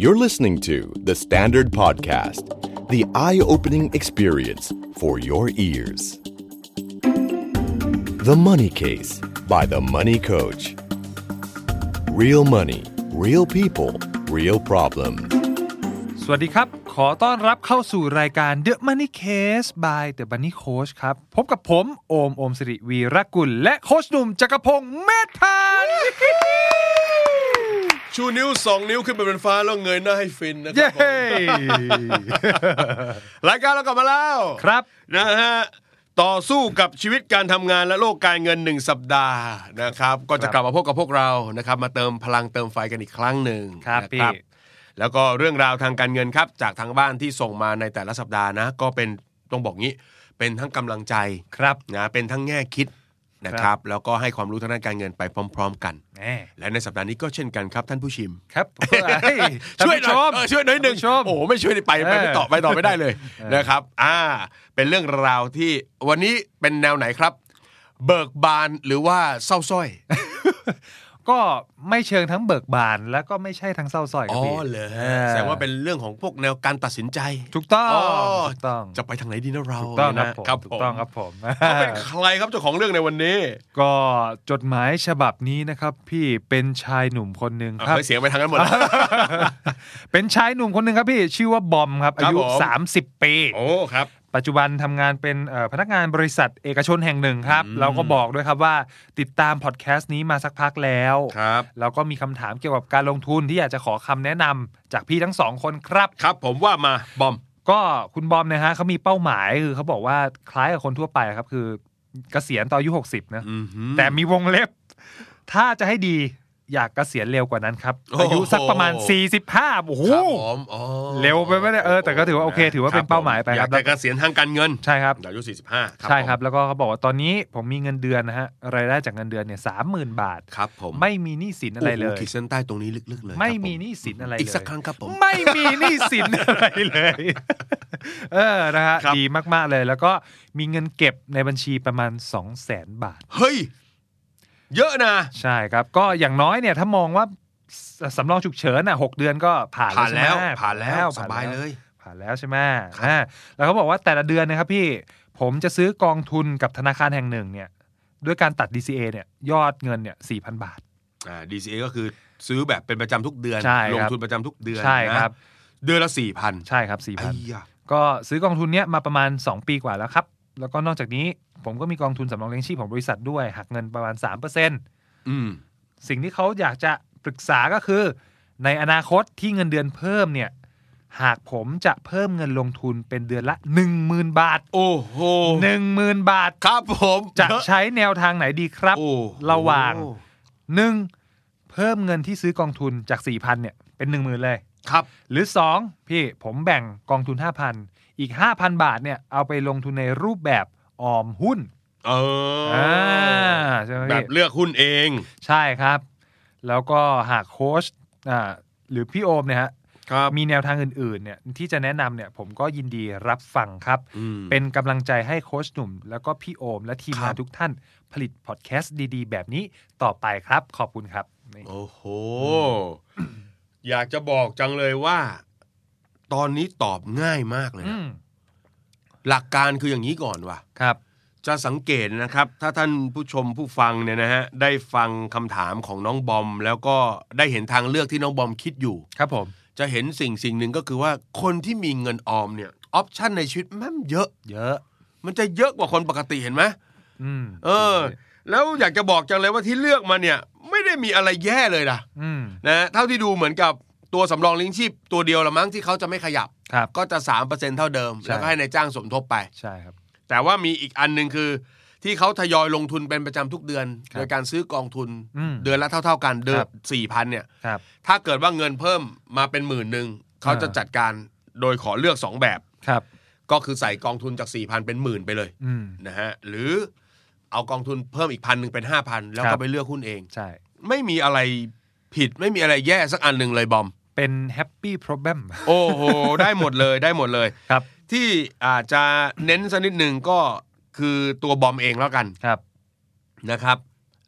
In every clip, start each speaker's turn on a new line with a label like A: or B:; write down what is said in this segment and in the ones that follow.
A: You're listening to The Standard Podcast, the eye opening experience for your ears. The Money Case by The Money Coach. Real money, real people, real problem.
B: สวัสดีครับ ขอต้อนรับเข้าสู่รายการ The Money Case by The Money Coach ครับ พบกับผม โอม โอมสิริวีรกุล และโคชหนุ่มจักรพงษ์เมธพัน ธ์
C: ชูนิ้วสองนิ้วขึ้นไปเป็นฟ้าแล้วเงยหน้าให้ฟินนะค
B: เย้
C: รับผมรายการเรากลับมาแล้ว
B: ครับ
C: นะฮะต่อสู้กับชีวิตการทำงานและโลกการเงินหนึ่งสัปดาห์นะครับ ก็จะกลับมาพบกับพวกเรานะครับ มาเติมพลังเติมไฟกันอีกครั้งหนึ่ง
B: ครับ
C: นะ
B: พี่
C: แล้วก็เรื่องราวทางการเงินครับ จากทางบ้านที่ส่งมาในแต่ละสัปดาห์นะ ก็เป็นต้องบอกงี้ เป็นทั้งกำลังใจ
B: ครับ
C: นะเป็นทั้งแง่คิดนะค
B: ครั
C: รับ บ แล้วก็ให้ความรู้ทางด้านการเงินไปพร้อม ๆ กัน
B: แน่
C: และในสัปดาห์นี้ก็เช่นกันครับท่านผู้ชิม
B: ครับผมเฮ้ย
C: ช่วยหน่อย
B: ท่าผู้ชม
C: เออช่วยหน่อยหนึ่ง
B: ท่าผู้ชม
C: โอ้โหไม่ช่วยนี่ไปไปไม่
B: เออ
C: ต่อไปต่อไม่ได้เลย
B: เออ
C: นะครับ อ่า เป็นเรื่องราวที่วันนี้เป็นแนวไหนครับ เบิกบานหรือว่าเศร้าสร้อย
B: ก็ไม่เชิงทั้งเบิกบาน แล้วก็ไม่ใช่ทั้งเศร้าสร้อยครับพี่
C: แสดงว่าเป็นเรื่องของพวกแนวการตัดสินใจ
B: ถูกต้อง
C: อ๋อ
B: ถูกต้อง
C: จะไปทางไหนดีนะเรา
B: ถูกต้อง
C: นะครับ
B: ผม
C: ผ
B: ถู
C: ม
B: กต้องครับผม
C: เขาเป็นใครครับเจ้าของเรื่องในวันนี้
B: ก็จดหมายฉบับนี้นะครับ พี่เป็นชายหนุ่มคนหนึ่ง
C: อ่ะ
B: ครับ
C: เฮ้ยเสียงไปทางนั้นหมด
B: เป็นชายหนุ่มคนหนึ่งครับพี่ ชื่อว่าบอมครับ อายุ
C: ผม
B: 30 ปี
C: โอ้ครับ
B: ปัจจุบันทำงานเป็นเอ่อพนักงานบริษัทเอกชนแห่งหนึ่งครับ เราก็บอกด้วยครับว่าติดตามพอดแคสต์นี้มาสักพักแล้ว
C: ครับ
B: แล้วก็มีคำถามเกี่ยวกับการลงทุนที่อยากจะขอคำแนะนำจากพี่ทั้งสองคนครับ
C: ครับผมว่ามาบอม
B: ก็คุณบอมเนะฮะเขามีเป้าหมายคือเขาบอกว่าคล้ายกับคนทั่วไปครับ คือเกษียณตอนอายุ 60 นะ แต่มีวงเล็บ ถ้าจะให้ดีอยากเกษียณเร็วกว่านั้นครับ
C: โอ้โห
B: อายุสักประมาณ 45โอ้โห
C: ครับผมอ๋อ
B: เร็วไปไหมเนี่ยเออแต่ก็ถือว่าโอเคถือว่าเป็น
C: รับ
B: เป้าหมายไป
C: อ
B: ครั
C: ยา
B: บ
C: กจะเกษียณทางการเงิน
B: ใช่ครับ
C: อายุ45
B: ใช่ครับ แล้วก็เขาบอกว่าตอนนี้ผมมีเงินเดือนนะฮะรายได้จากเงินเดือนเนี่ยสามหมื่นบาท
C: ครับผม
B: ไม่มีหนี้สินอะไรเล
C: โโห
B: ย
C: ขีดเส้นใต้ตรงนี้ลึกๆเลย
B: ไม่
C: ครับผ
B: มีหนี้สินอะไรเลย
C: อีกสักครั้งครับผม
B: ไม่มีหนี้สินอะไรเลย เออนะฮะ
C: ครับ
B: ดีมากๆเลย แล้วก็มีเงินเก็บในบัญชีประมาณ 2 0 0 0 0 0 บาท
C: เฮ้ย เยอะนะ
B: ใช่ครับ ก็อย่างน้อยเนี่ยถ้ามองว่าสสำรองฉุกเฉินอ่ะหกเดือนก็ผ่าน
C: ผ่าน
B: ใช่ไหม
C: แล้วผ่านแล้วส
B: ผ่นแว
C: บายเลย
B: ผ่านแล้วใช่ไหมอ่าแล้วเขาบอกว่าแต่ละเดือนนะครับพี่ผมจะซื้อกองทุนกับธนาคารแห่งหนึ่งเนี่ยด้วยการตัด DCA เนี่ยยอดเงินเนี่ยสี่พันบาท
C: อ่า DCA ก็คือซื้อแบบเป็นประจำทุกเดือน
B: ใช่ครับ
C: ลงทุนประจำทุกเดือน
B: ใช่ครับ
C: นะเดือนละสี่พัน
B: ใช่ครับสี่พัน
C: ยะ
B: ก็ซื้อกองทุนเนี้ยมาประมาณ 2 ปีกว่าแล้วครับ แล้วก็นอกจากนี้ผมก็มีกองทุนสำรองเลี้ยงชีพของบริษัทด้วย หักเงินประมาณ 3%
C: อืม
B: สิ่งที่เขาอยากจะปรึกษาก็คือ ในอนาคตที่เงินเดือนเพิ่มเนี่ย หากผมจะเพิ่มเงินลงทุนเป็นเดือนละ 10,000 บาท
C: โอ้โห
B: 10,000 บาท
C: ครับผม
B: จะ
C: เยอ
B: ใช้แนวทางไหนดีครับ
C: โอ้โห
B: ระหว่าง 1. เพิ่มเงินที่ซื้อกองทุนจาก 4,000เนี่ยเป็น 10,000 เลย
C: ครับ
B: หรือ 2 พี่ผมแบ่งกองทุน 5,000 อีก 5,000 บาทเนี่ยเอาไปลงทุนในรูปแบบออมหุ้น
C: เอออ
B: อ่าใช่ไหม
C: แบ
B: พี่
C: บเลือกหุ้นเอง
B: ใช่ครับ แล้วก็หากโค้ชอ่าหรือพี่โอมเนี่ยฮะ
C: ครับ
B: มีแนวทางอื่นๆเนี่ยที่จะแนะนำเนี่ยผมก็ยินดีรับฟังครับ
C: อืม
B: เป็นกำลังใจให้โค้ชหนุ่ม แล้วก็พี่โอม และทีม
C: ครั
B: งาน
C: บ
B: ทุกท่านผลิตพอดแคสต์ดีๆ แบบนี้ต่อไปครับ ขอบคุณครับนี่
C: โอ้โห อยากจะบอกจังเลยว่า ตอนนี้ตอบง่ายมากเลย
B: อื
C: นะ
B: ม
C: หลักการคืออย่างนี้ก่อนว่ะ
B: ครับ
C: จะสังเกตนะครับ ถ้าท่านผู้ชมผู้ฟังเนี่ยนะฮะ ได้ฟังคำถามของน้องบอม แล้วก็ได้เห็นทางเลือกที่น้องบอมคิดอยู่
B: ครับผม
C: จะเห็นสิ่งสิ่งหนึ่งก็คือว่าคนที่มีเงินออมเนี่ย ออปชันในชีวิตแม่งเยอะ
B: เยอะ
C: มันจะเยอะกว่าคนปกติเห็นไหม
B: อืม
C: เออ แล้วอยากจะบอกจังเลยว่าที่เลือกมาเนี่ย ไม่ได้มีอะไรแย่เลยนะ
B: อืม
C: นะเท่าที่ดูเหมือนกับตัวสำรองเลี้ยงชีพตัวเดียวละมั้งที่เขาจะไม่ขยับ
B: ครับ
C: ก็จะ 3%เท่าเดิม
B: ใช่
C: แล้วก็ให้ในายจ้างสมทบไป
B: ใช่ครับ
C: แต่ว่ามีอีกอันหนึ่งคือ ที่เขาทยอยลงทุนเป็นประจำทุกเดือน
B: ครับ
C: โดยการซื้อกองทุน
B: อืม
C: เดือนละเท่า ๆ กันเดือ
B: ครั
C: น
B: บ
C: สี่พันเนี่ย
B: ครับ
C: ถ้าเกิดว่าเงินเพิ่มมาเป็นหมื่นหนึ่งเขาจะจัดการโดยขอเลือก 2 แบบ
B: ครับ
C: ก็คือใส่กองทุนจาก 4,000 เป็นหมื่นไปเลย
B: อืม
C: นะฮะหรือเอากองทุนเพิ่มอีกพันหนึ่งเป็น5,000แล้ว
B: ครั
C: ก็
B: บ
C: ไปเลือกหุ้นเอง
B: ใช่
C: ไม่มีอะไรผิดไม่มีอะไรแย่สักอันหนึ่งเลยบอม
B: เป็นแฮปปี้ r o ร l e m
C: โอ้โห ได้หมดเลยได้หมดเลย
B: ครับ
C: ที่อาจจะเน้นสักนิดหนึ่งก็คือตัวบอมเองแล้วกัน
B: ครับ
C: นะครับ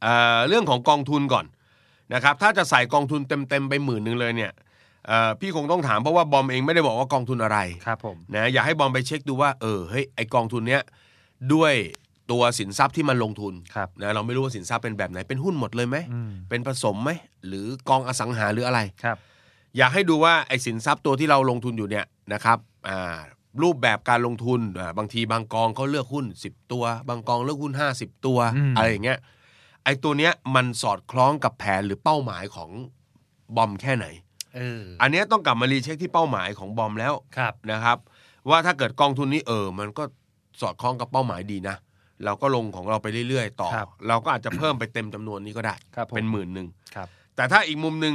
C: เอ่อเรื่องของกองทุนก่อนนะครับ ถ้าจะใส่กองทุนเต็มๆไปหมื่นหนึ่งเลยเนี่ย เอ่อพี่คงต้องถามเพราะว่าบอมเองไม่ได้บอกว่ากองทุนอะไร
B: ครับผม
C: นะอยากให้บอมไปเช็คดูว่าเออเฮ้ยไอกองทุนเนี้ยด้วยตัวสินทรัพย์ที่มันลงทุน
B: ครับ
C: นะเราไม่รู้ว่าสินทรัพย์เป็นแบบไหนเป็นหุ้นหมดเลยไหม
B: อืม
C: เป็นผสมไหมหรือกองอสังหาหรืออะไร
B: ครับ
C: อยากให้ดูว่าไอสินทรัพย์ตัวที่เราลงทุนอยู่เนี่ยนะครับอ่ารูปแบบการลงทุนอ่าบางทีบางกองเขาเลือกหุ้น 10 ตัว บางกองเลือกหุ้น 50 ตัวอะไรอย่างเงี้ยไอตัวเนี้ยมันสอดคล้องกับแผนหรือเป้าหมายของบอมแค่ไหน
B: เออ
C: อันเนี้ยต้องกลับมารีเช็คที่เป้าหมายของบอมแล้ว
B: ครับ
C: นะครับ ว่าถ้าเกิดกองทุนนี้เออ มันก็สอดคล้องกับเป้าหมายดีนะ เราก็ลงของเราไปเรื่อยๆ ต่อ
B: ครับ
C: เราก็อาจจะเพิ่มไปเต็มจำนวนนี้ก็ได้
B: ครับผม
C: เป็นหมื่นหนึ่ง
B: ครับ
C: แต่ถ้าอีกมุมหนึ่ง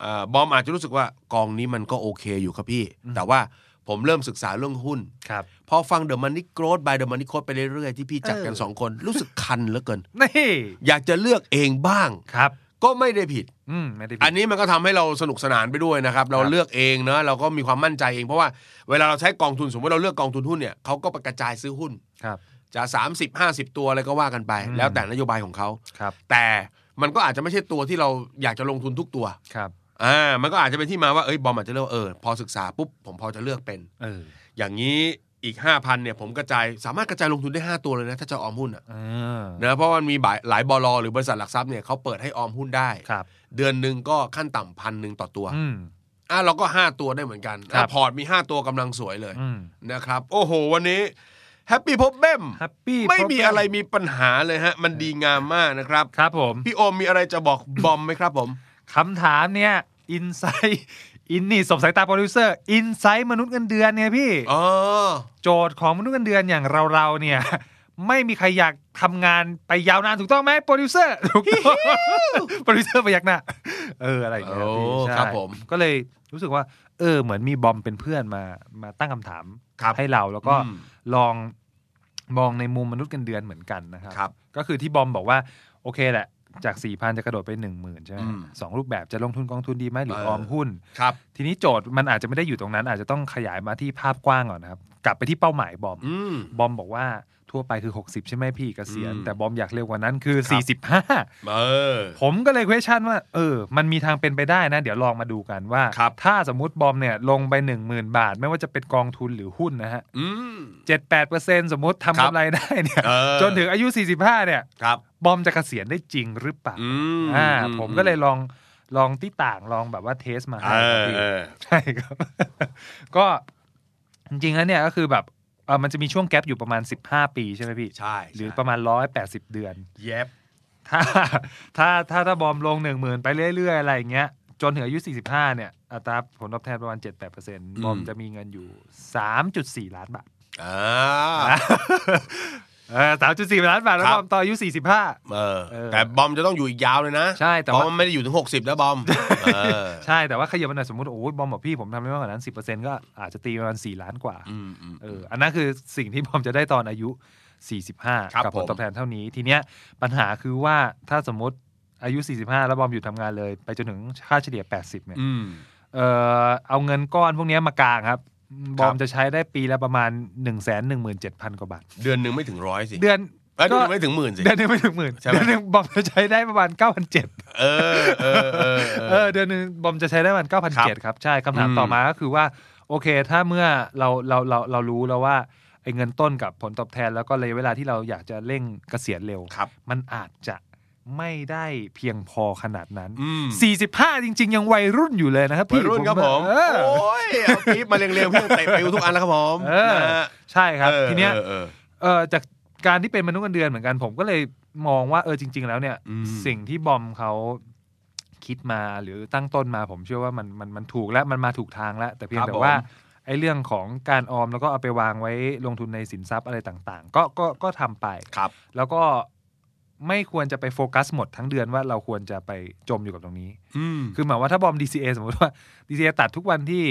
C: เอ่อบอมอาจจะรู้สึกว่ากองนี้มันก็โอเคอยู่ครับพี่ แต่ว่าผมเริ่มศึกษาเรื่องหุ้น
B: ครับ
C: พอฟังเดอะมันนี่โกรดบายเดอะมันนี่โคดไปเรื่อยๆ ที่พี่จัดกัน
B: เออ
C: สองคนรู้สึกคันเหลือเกิน
B: นี่
C: อยากจะเลือกเองบ้าง
B: ครับ
C: ก็ไม่ได้ผิด
B: อืมไม่ได้ผิด
C: อันนี้มันก็ทำให้เราสนุกสนานไปด้วยนะครับ เรา
B: ครับ
C: เลือกเองเนอะเราก็มีความมั่นใจเองเพราะว่าเวลาเราใช้กองทุนสมมติเราเลือกกองทุนหุ้นเนี่ยเขาก็กระจายซื้อหุ้น
B: ครับ
C: จะ30 50 ตัวอะไรก็ว่ากันไป แล้วแต่นโยบายของเขา
B: ครับ
C: แต่มันก็อาจจะไม่ใช่ตัวที่เราอยากจะลงทุนทุกตัว
B: ครับ
C: อ่ามันก็อาจจะเป็นที่มาว่าเอ้ยบอมอาจจะเลือกว่าเออพอศึกษาปุ๊บผมพอจะเลือกเป็น
B: เออ
C: อย่างนี้อีก 5,000เนี่ยผมกระจายสามารถกระจายลงทุนได้ 5 ตัวเลยนะถ้าจะออมหุ้นอ่ะ
B: เออ
C: นะเพราะมันมีหลายหลายบลหรือบริษัทหลักทรัพย์เนี่ยเขาเปิดให้ออมหุ้นได้
B: ครับ
C: เดือนหนึ่งก็ขั้นต่ำพันหนึ่งต่อตัว
B: อืม
C: อ่ะเราก็ 5 ตัวได้เหมือนกัน
B: ครับ
C: อ่ะพอร์ตมี 5 ตัวกำลังสวยเลย
B: อืม
C: นะครับ โอ้โห วันนี้แฮปปี้พบเบม
B: Happy
C: ไม่มี
B: Problem
C: อะไรมีปัญหาเลยฮะมันดีงามมากนะครับ
B: ครับผม
C: พี่โอมมีอะไรจะบอกบอมไหมครับผม
B: คำถามเนี่ยอินไซต์อินนี่สบสายตาโปรดิวเซอร์อินไซต์มนุษย์เงินเดือนเนี่ยพี่
C: อ๋อ
B: โจทย์ของมนุษย์เงินเดือนอย่างเราเราๆเนี่ย ไม่มีใครอยากทำงานไปยาวนานถูกต้องไหมโปรดิวเซอร์ ถูกต้องโปรดิวเซอร์ไปยักหน้ าเอออะไรอย่างเงี้ย
C: โอ้
B: พี่ใช่
C: ครับผม
B: ก็เลยรู้สึกว่า เออ เหมือนมีบอมเป็นเพื่อนมามาตั้งคำถาม
C: ครับ
B: ให้เราแล้วก็
C: อืม
B: ลองมองในมุมมนุษย์เงินเดือนเหมือนกันนะครั
C: ครับ
B: ก็คือที่บอมบอกว่า โอเคแหละ จาก4ี่พันจะกระโดดไป1 0,000ใช่ไหม
C: อืม
B: สองรูปแบบจะลงทุนกองทุนดีไหมหรือ
C: เออ
B: ออมหุ้น
C: ครับ
B: ทีนี้โจทย์มันอาจจะไม่ได้อยู่ตรงนั้น อาจจะต้องขยายมาที่ภาพกว้างก่อนนะครับ กลับไปที่เป้าหมายบอม
C: อืม
B: บอมบอกว่าทั่วไปคือ 60 ใช่ไหมพี่เกษียณ
C: อืม
B: แต่บอมอยากเร็วกว่านั้นคือ
C: เออ
B: 45 ผมก็เลย question ว่า เออ มันมีทางเป็นไปได้นะ เดี๋ยวลองมาดูกันว่า
C: ครับ
B: ถ้าสมมติบอมเนี่ยลงไป 10,000 บาท ไม่ว่าจะเป็นกองทุนหรือหุ้นนะฮะ
C: อืม
B: เจ็ดแปดเปอร์เซ็นต์สมมติทำ
C: ครับ
B: กำไรได้เนี่ย
C: เออ
B: จนถึงอายุ 45 เนี่ย
C: ครับ
B: บอมจะเกษียณได้จริงหรือเปล่า
C: อืม
B: อ่าผมก็เลยลองลองที่ต่างลองแบบว่าเทสมาให้
C: เอ
B: ครับ
C: อ
B: พี่
C: เออ
B: ใช่ครับ ก็จริงๆแล้วเนี่ยก็คือแบบเอ่อมันจะมีช่วงแกลบอยู่ประมาณ 15 ปีใช่ไหมพี่
C: ใช่ใช่
B: หรือประมาณ 180 เดือน
C: เย็บ
B: ถ้าถ้าถ้าถ้าบอมลง 1 0,000 ไปเรื่อย ๆ อะไรอย่างเงี้ย จนถึงอายุ 45 เนี่ย อัตราผลตอบแทนประมาณ 7-8%บอมจะมีเงินอยู่ 3.4 ล้านบาท
C: อ่า
B: เออ3.4 ล้านบาทแล้ว
C: ครับ บ
B: อมต่ออายุ 45
C: เออ
B: เออ
C: แต่บอมจะต้องอยู่อีกยาวเลยนะ
B: ใช่แต่
C: เพ
B: ว่า
C: ราะมันไม่ได้อยู่ถึง 60 แล้วบอ ม เออ
B: ใช่ แต่ว่าขยับมาหน่อยสมมติ โอ้ยบอมบอกพี่ผมทำได้มากกว่านั้น 10%ก็อาจจะตีประมาณ 4 ล้านกว่า
C: อืมอืม
B: เอออันนั้นคือสิ่งที่บอมจะได้ตอนอายุ 45
C: ครับ
B: กัผล
C: ผม
B: ตอบแทนเท่านี้ ทีเนี้ยปัญหาคือว่าถ้าสมมติอายุ 45 แล้วบอมอยู่ทำงานเลย ไปจนถึงค่าเฉลี่ย 80 เนี่ย
C: อืม
B: เออเอาเงินก้อนพวกเนี้ยมากางครับ บอมจะใช้ได้ปีละประมาณ 1 1 7 0 0 0 กว่าบาท
C: เดือนหนึ่งไม่ถึงร้อยสิ
B: เดือน
C: เอ้ยเดือน
B: ก็
C: หนึ่งไม่ถึงหมื่นสิ
B: เดือนหนึงไม่ถึงหมื่น
C: ใช่ไหม
B: เดือนหนึงบอมจะใช้ได้ประมาณ 9 0 0
C: เออ เออ เออ
B: เออเดือนหนึงบอมจะใช้ได้ประมาณ 9 0 0 0 ครับ ใช่คำถาม
C: อืม
B: ต่อมาก็คือว่า โอเค ถ้าเมื่อเราเราเราเรารู้แล้วว่าไอ้เงินต้นกับผลตอบแทนแล้วก็ระยะเวลาที่เราอยากจะเร่งเกษียณเร็ว
C: ครับ
B: มันอาจจะไม่ได้เพียงพอขนาดนั้น
C: อืม
B: 45 จริง ๆ ยังวัยรุ่นอยู่เลยนะครับ
C: วัย
B: พี่
C: รุ่นครับผม
B: เออ
C: โอ้ย เอาคลิปมาเรียงๆ พี่เตะไปทุกอันแล้วครับผม
B: เออ
C: นะฮะ
B: ใช่ครับ
C: ออ
B: ทีเนี้ย
C: ออออ
B: เออจากการที่เป็นมนุษย์เงินเดือนเหมือนกันผมก็เลยมองว่าเออจริง ๆ แล้วเนี่ย
C: อืม
B: สิ่งที่บอมเขาคิดมาหรือตั้งต้นมาผมเชื่อว่ามันมันมันถูกและมันมาถูกทางแล้ว แต่เพียงแต่ว่าไอ้เรื่องของการออมแล้วก็เอาไปวางไว้ลงทุนในสินทรัพย์อะไรต่าง ๆ ก็ก็ก็ทำไป
C: ครับ
B: แล้วก็ไม่ควรจะไปโฟกัสหมดทั้งเดือนว่าเราควรจะไปจมอยู่กับตรงนี้
C: อืม
B: คือหมายว่าถ้าบอม DCA สมมติว่า DCA ตัดทุกวันที่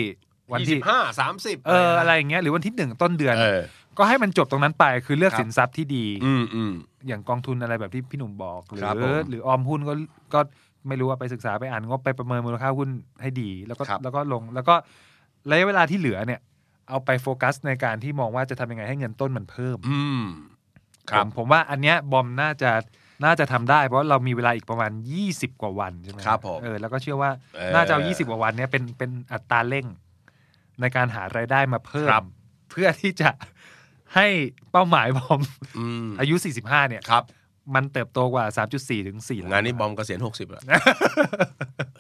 B: วัน
C: ยี่
B: ที่
C: สิบห้าสามสิบ
B: เอออะไรอย่างเงี้ยหรือวันที่หนึ่งต้นเดือน
C: เออ
B: ก็ให้มันจบตรงนั้นไป คือเลือก
C: ครับ
B: สินทรัพย์ที่ดี
C: อืมอืม
B: อย่างกองทุนอะไรแบบที่พี่หนุ่มบอก หรื
C: ครับผ
B: อ
C: ม
B: หรือออมหุ้นก็ก็ไม่รู้ว่าไปศึกษาไปอ่านงบไปประเมินมูลค่าหุ้นให้ดี แล้วก็
C: ครับ
B: แล้วก็ลงแล้วก็ระยะเวลาที่เหลือเนี่ย เอาไปโฟกัสในการที่มองว่าจะทำยังไงให้เงินต้นมันเพิ่ม
C: อืม ค
B: ผ
C: รับ
B: มผมว่าอันเนี้ยบอมน่าจะ น่าจะทำได้เพราะเรามีเวลาอีกประมาณ 20 กว่าวันใช่ไหม
C: ครับผม
B: เออแล้วก็เชื่อว่า
C: เออ
B: น่าจะเอา20 กว่าวันเนี้ยเป็นเป็นอัตราเร่ง ในการหารายได้มาเพิ่ม
C: ครับ
B: เพื่อที่จะให้เป้าหมายบอม
C: อืม
B: อายุ 45 เนี่ย
C: ครับ
B: มันเติบโตกว่า 3.4 ถึง4ล้
C: งานนี้บอมเกษียณหกสิบ แล้ว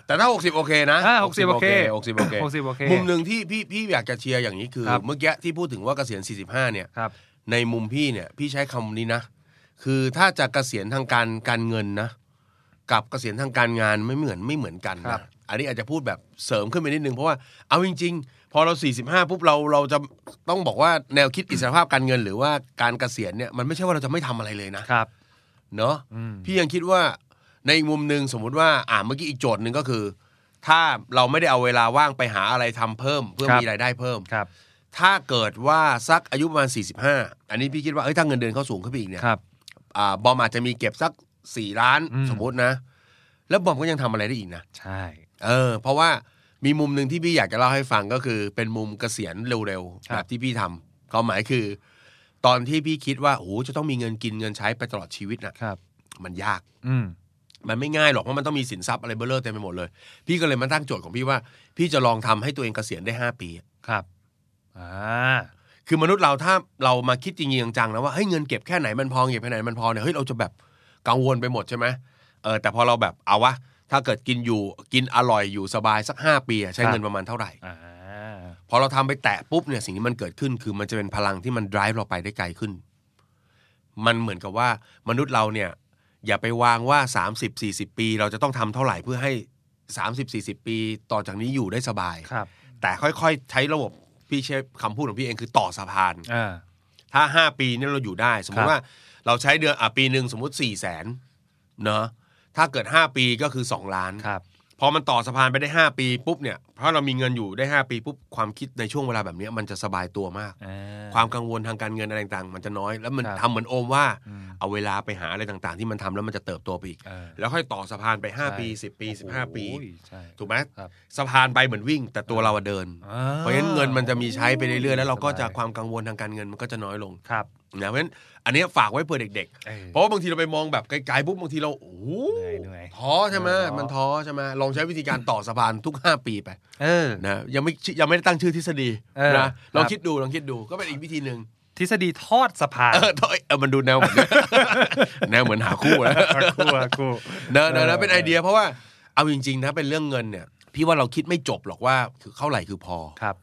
C: แต่ถ้าหกสิบโอเคนะ
B: อ่า60โอเค
C: หกสิบโอเค
B: 60โอเค
C: มุมหนึ่งที่พี่พี่อยากจะเชียร์อย่างนี้คือ
B: ครับ
C: เมื่อกี้ที่พูดถึงว่าเกษียณสี่สิบห้าเนี่ย
B: ครับ
C: ในมุมพี่เนี่ย พี่ใช้คำนี้นะ คือถ้าจะเกษียณทางการการเงินนะ กับเกษียณทางการงานไม่เหมือนไม่เหมือนกัน
B: ครั
C: นะ
B: บ
C: อันนี้อาจจะพูดแบบเสริมขึ้นไปนิดนึงเพราะว่าเอาจริง ๆ พอเรา 45ปุ๊บเราเราจะต้องบอกว่าแนวคิดอิสรภาพการเงิน หรือว่าการเกษียณเนี่ยมันไม่ใช่ว่าเราจะไม่ทำอะไรเลยนะ
B: ครับ
C: เนาะ
B: อืม
C: พี่ยังคิดว่าในอีกมุมหนึ่งสมมุติว่าอ่าเมื่อกี้อีกโจทย์หนึ่งก็คือ ถ้าเราไม่ได้เอาเวลาว่างไปหาอะไรทำเพิ่ม เพื่อ
B: ครับ
C: มีรายได้เพิ่ม
B: ครับ
C: ถ้าเกิดว่าสักอายุประมาณ 45 อันนี้พี่คิดว่าเอ้ยถ้าเงินเดือนเขาสูงขึ้นไปอีกเนี่ย
B: ครับ
C: อ่าบอมอาจจะมีเก็บสัก 4 ล้าน
B: อืม
C: สมมุตินะ แล้วบอมก็ยังทำอะไรได้อีกนะ
B: ใช่
C: เออ เพราะว่ามีมุมหนึ่งที่พี่อยากจะเล่าให้ฟังก็คือเป็นมุมเกษียณเร็ว
B: ครั
C: ๆ
B: บ
C: แบบที่พี่ทำความหมายคือ ตอนที่พี่คิดว่าโอ้โหจะต้องมีเงินกินเงินใช้ไปตลอดชีวิตน่ะ
B: ครับ
C: มันยาก
B: อืม
C: มันไม่ง่ายหรอกเพราะมันต้องมีสินทรัพย์อะไรเบลเลอร์เต็มไปหมดเลย พี่ก็เลยมาตั้งโจทย์ของพี่ว่า พี่จะลองทำให้ตัวเองเกษียณได้ 5 ปี
B: ครับ อ่า
C: คือมนุษย์เราถ้าเรามาคิดจริงๆจังๆนะว่าเฮ้ยเงินเก็บแค่ไหนมันพอเก็บแค่ไหนมันพอเนี่ยเฮ้ยเราจะแบบกังวลไปหมดใช่ไหมเออแต่พอเราแบบเอาวะถ้าเกิดกินอยู่กินอร่อยอยู่สบายสัก 5 ปีอะใช้
B: ครับ
C: เงินประมาณเท่าไหร่
B: อ่า
C: พอเราทำไปแตะปุ๊บเนี่ยสิ่งที่มันเกิดขึ้นคือมันจะเป็นพลังที่มัน drive เราไปได้ไกลขึ้น มันเหมือนกับว่ามนุษย์เราเนี่ย อย่าไปวางว่า 30 40 ปี เราจะต้องทำเท่าไหร่เพื่อให้ 30 40 ปี ต่อจากนี้อยู่ได้สบาย
B: ครับ
C: แต่ค่อยๆ ใช้ระบบพี่เชฟคำพูดของพี่เองคือต่อสะพาน
B: อ่า
C: ถ้า 5 ปีเนี่ยเราอยู่ได้ สม
B: ค
C: ม
B: รั
C: ติ
B: บ
C: ว่าเราใช้เดือนอ่ะปีหนึ่งสมมติ4ี่แสนเนาะถ้าเกิด 5 ปีก็คือ 2 ล้าน
B: ครับ
C: พอมันต่อสะพานไปได้ 5 ปีปุ๊บเนี่ยเพราะเรามีเงินอยู่ได้ 5 ปีปุ๊บความคิดในช่วงเวลาแบบเนี้ยมันจะสบายตัวมาก
B: อ่า
C: ความกังวลทางการเงินอะไรต่างๆ มันจะน้อยแล้วมัน
B: ครับ
C: ทำเหมือนโอมว่า
B: อืม
C: เอาเวลาไปหาอะไรต่างๆ ที่มันทำแล้วมันจะเติบโตไปอีก
B: เออ
C: แล้วค่อยต่อสะพานไป 5 ปี
B: ใช่
C: 10 ปี 15 ปี
B: โอ้ยใช่
C: ถูกไหม
B: ครับ
C: สะพานไปเหมือนวิ่ง แต่ตัวเราอะเดิน
B: อ่
C: เพราะฉะนั้นเงินมันจะมีใช้ไปเรื่อยๆแล้วเราก็จะ
B: สบย
C: ความกังวลทางการเงินมันก็จะน้อยลง
B: ครับ
C: นะเพราะฉะนั้นอันเนี้ยฝากไว้เพื่อเด็ก
B: เออ
C: ๆ เพราะว่าบางทีเราไปมองแบบไกลๆปุ๊บบางทีเราโอ้โห
B: เหนื่อยเหนื่อย
C: ท้อใช่ไหม
B: เออท้อ
C: มันท้อใช่ไหมลองใช้วิธีการต่อสะพานทุก 5 ปีไป
B: เออ
C: นะยังไม่ชื่อยังไม่ได้ตั้งชื่อทฤษฎี
B: เออ
C: นะลอง
B: ครับ
C: คิดดูลองคิดดูก็เป็นอีกวิธีหนึ่ง
B: ทฤษฎีทอดสะพาน
C: เออท้อเออมันดูแนวเหมือน แนวเหมือนหาคู่นะ
B: ครัวครัว
C: เนอะเนอะเนอะเป็น
B: เอ
C: ไอ
B: อ
C: เดียเพราะว่าเอาจริงๆนะเป็นเรื่องเงินเนี่ยพี่ว่าเราคิดไม่จบหรอกว่าคือเท่าไหร่คือพอ
B: ครับ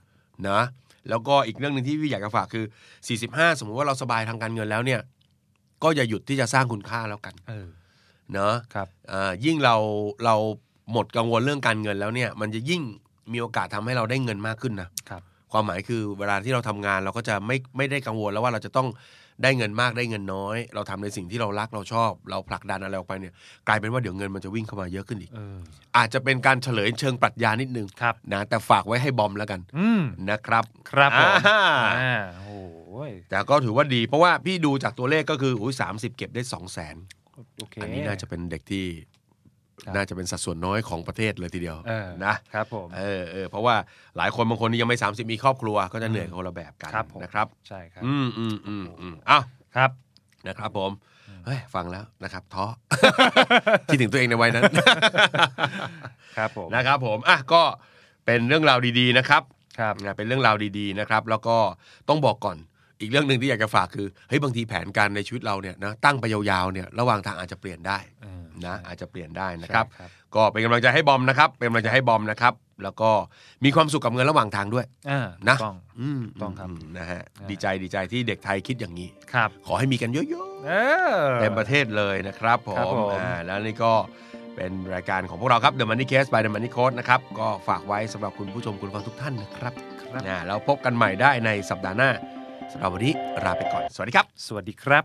C: นะแล้วก็อีกเรื่องหนึ่งที่พี่อยากจะฝากคือ 45 สมมุติว่าเราสบายทางการเงินแล้วเนี่ย ก็อย่าหยุดที่จะสร้างคุณค่าแล้วกัน
B: เออ
C: เนาะ
B: ครับ
C: เอ่อยิ่งเราเราหมดกังวลเรื่องการเงินแล้วเนี่ย มันจะยิ่งมีโอกาสทำให้เราได้เงินมากขึ้นนะครับ ความหมายคือเวลาที่เราทำงานเราก็จะไม่ไม่ได้กังวลแล้วว่าเราจะต้องได้เงินมากได้เงินน้อย เราทำในสิ่งที่เรารักเราชอบ เราผลักดันอะไรออกไปเนี่ย กลายเป็นว่าเดี๋ยวเงินมันจะวิ่งเข้ามาเยอะขึ้นอีก
B: เออ
C: อาจจะเป็นการเฉลยเชิงปรัชญานิดนึง
B: ครับ
C: นะแต่ฝากไว้ให้บอมแล้วกัน
B: อืม
C: นะครับ
B: ครับผม
C: อ่า
B: อ่าโอ้ย
C: แต่ก็ถือว่าดีเพราะว่าพี่ดูจากตัวเลขก็คืออุ้ยสาเก็บได้สองแสน
B: โอเค
C: อันนี้น่าจะเป็นเด็กที่
B: ครับ
C: น่าจะเป็นสัดส่วนน้อยของประเทศเลยทีเดียว
B: เออ
C: นะครับ
B: ผม
C: เออเออเพราะว่าหลายคนบางคนนี่ยังไม่ 30 มีครอบครัวก็จะเหนื่อยคนละแบบกัน
B: ครับผม
C: นะครับ
B: ใช่ครับ
C: อืมอืมอืมอืมอ้าว
B: ครับ
C: นะครับผมเฮ้ยฟังแล้วนะครับท้อ คิดถึงตัวเองในวัยนั้น
B: ครับผม
C: นะครับผมอ่ะก็เป็นเรื่องราวดีๆนะครับ
B: ครับ
C: นะเป็นเรื่องราวดีๆนะครับ แล้วก็ต้องบอกก่อนอีกเรื่องหนึ่งที่อยากจะฝากคือเฮ้ยบางทีแผนการในชีวิตเราเนี่ยนะตั้งไปยาวๆเนี่ยระหว่างทางอาจจะเปลี่ยนได้
B: เออ
C: นะ
B: ใช่
C: อาจจะเปลี่ยนได้นะครับ
B: ใช่
C: ก็เป็นกำลังใจให้บอมนะครับ เป็นกำลังใจให้บอมนะครับ แล้วก็มีความสุขกับเงินระหว่างทางด้วย
B: อ่า
C: นะ
B: ถูกต้อง
C: อืม
B: ต้องครับ
C: มนะฮะดีใจดีใจที่เด็กไทยคิดอย่างนี้
B: ครับ
C: ขอให้มีกันเยอะ
B: เออ
C: ๆเต็มประเทศเลยนะครับผ
B: ครับ
C: ม
B: ผม
C: อ่าแล้วนี่ก็เป็นรายการของพวกเราครับ The Money Case by The Money Coach นะครับก็ฝากไว้สำหรับคุณผู้ชมคุณฟังทุกท่านนะครับ
B: ครับ
C: นะแล้วพบกันใหม่ได้ในสัปดาห์หน้าสำหรับวันนี้ลาไปก่อน สวัสดีครับ
B: สวัสดีครับ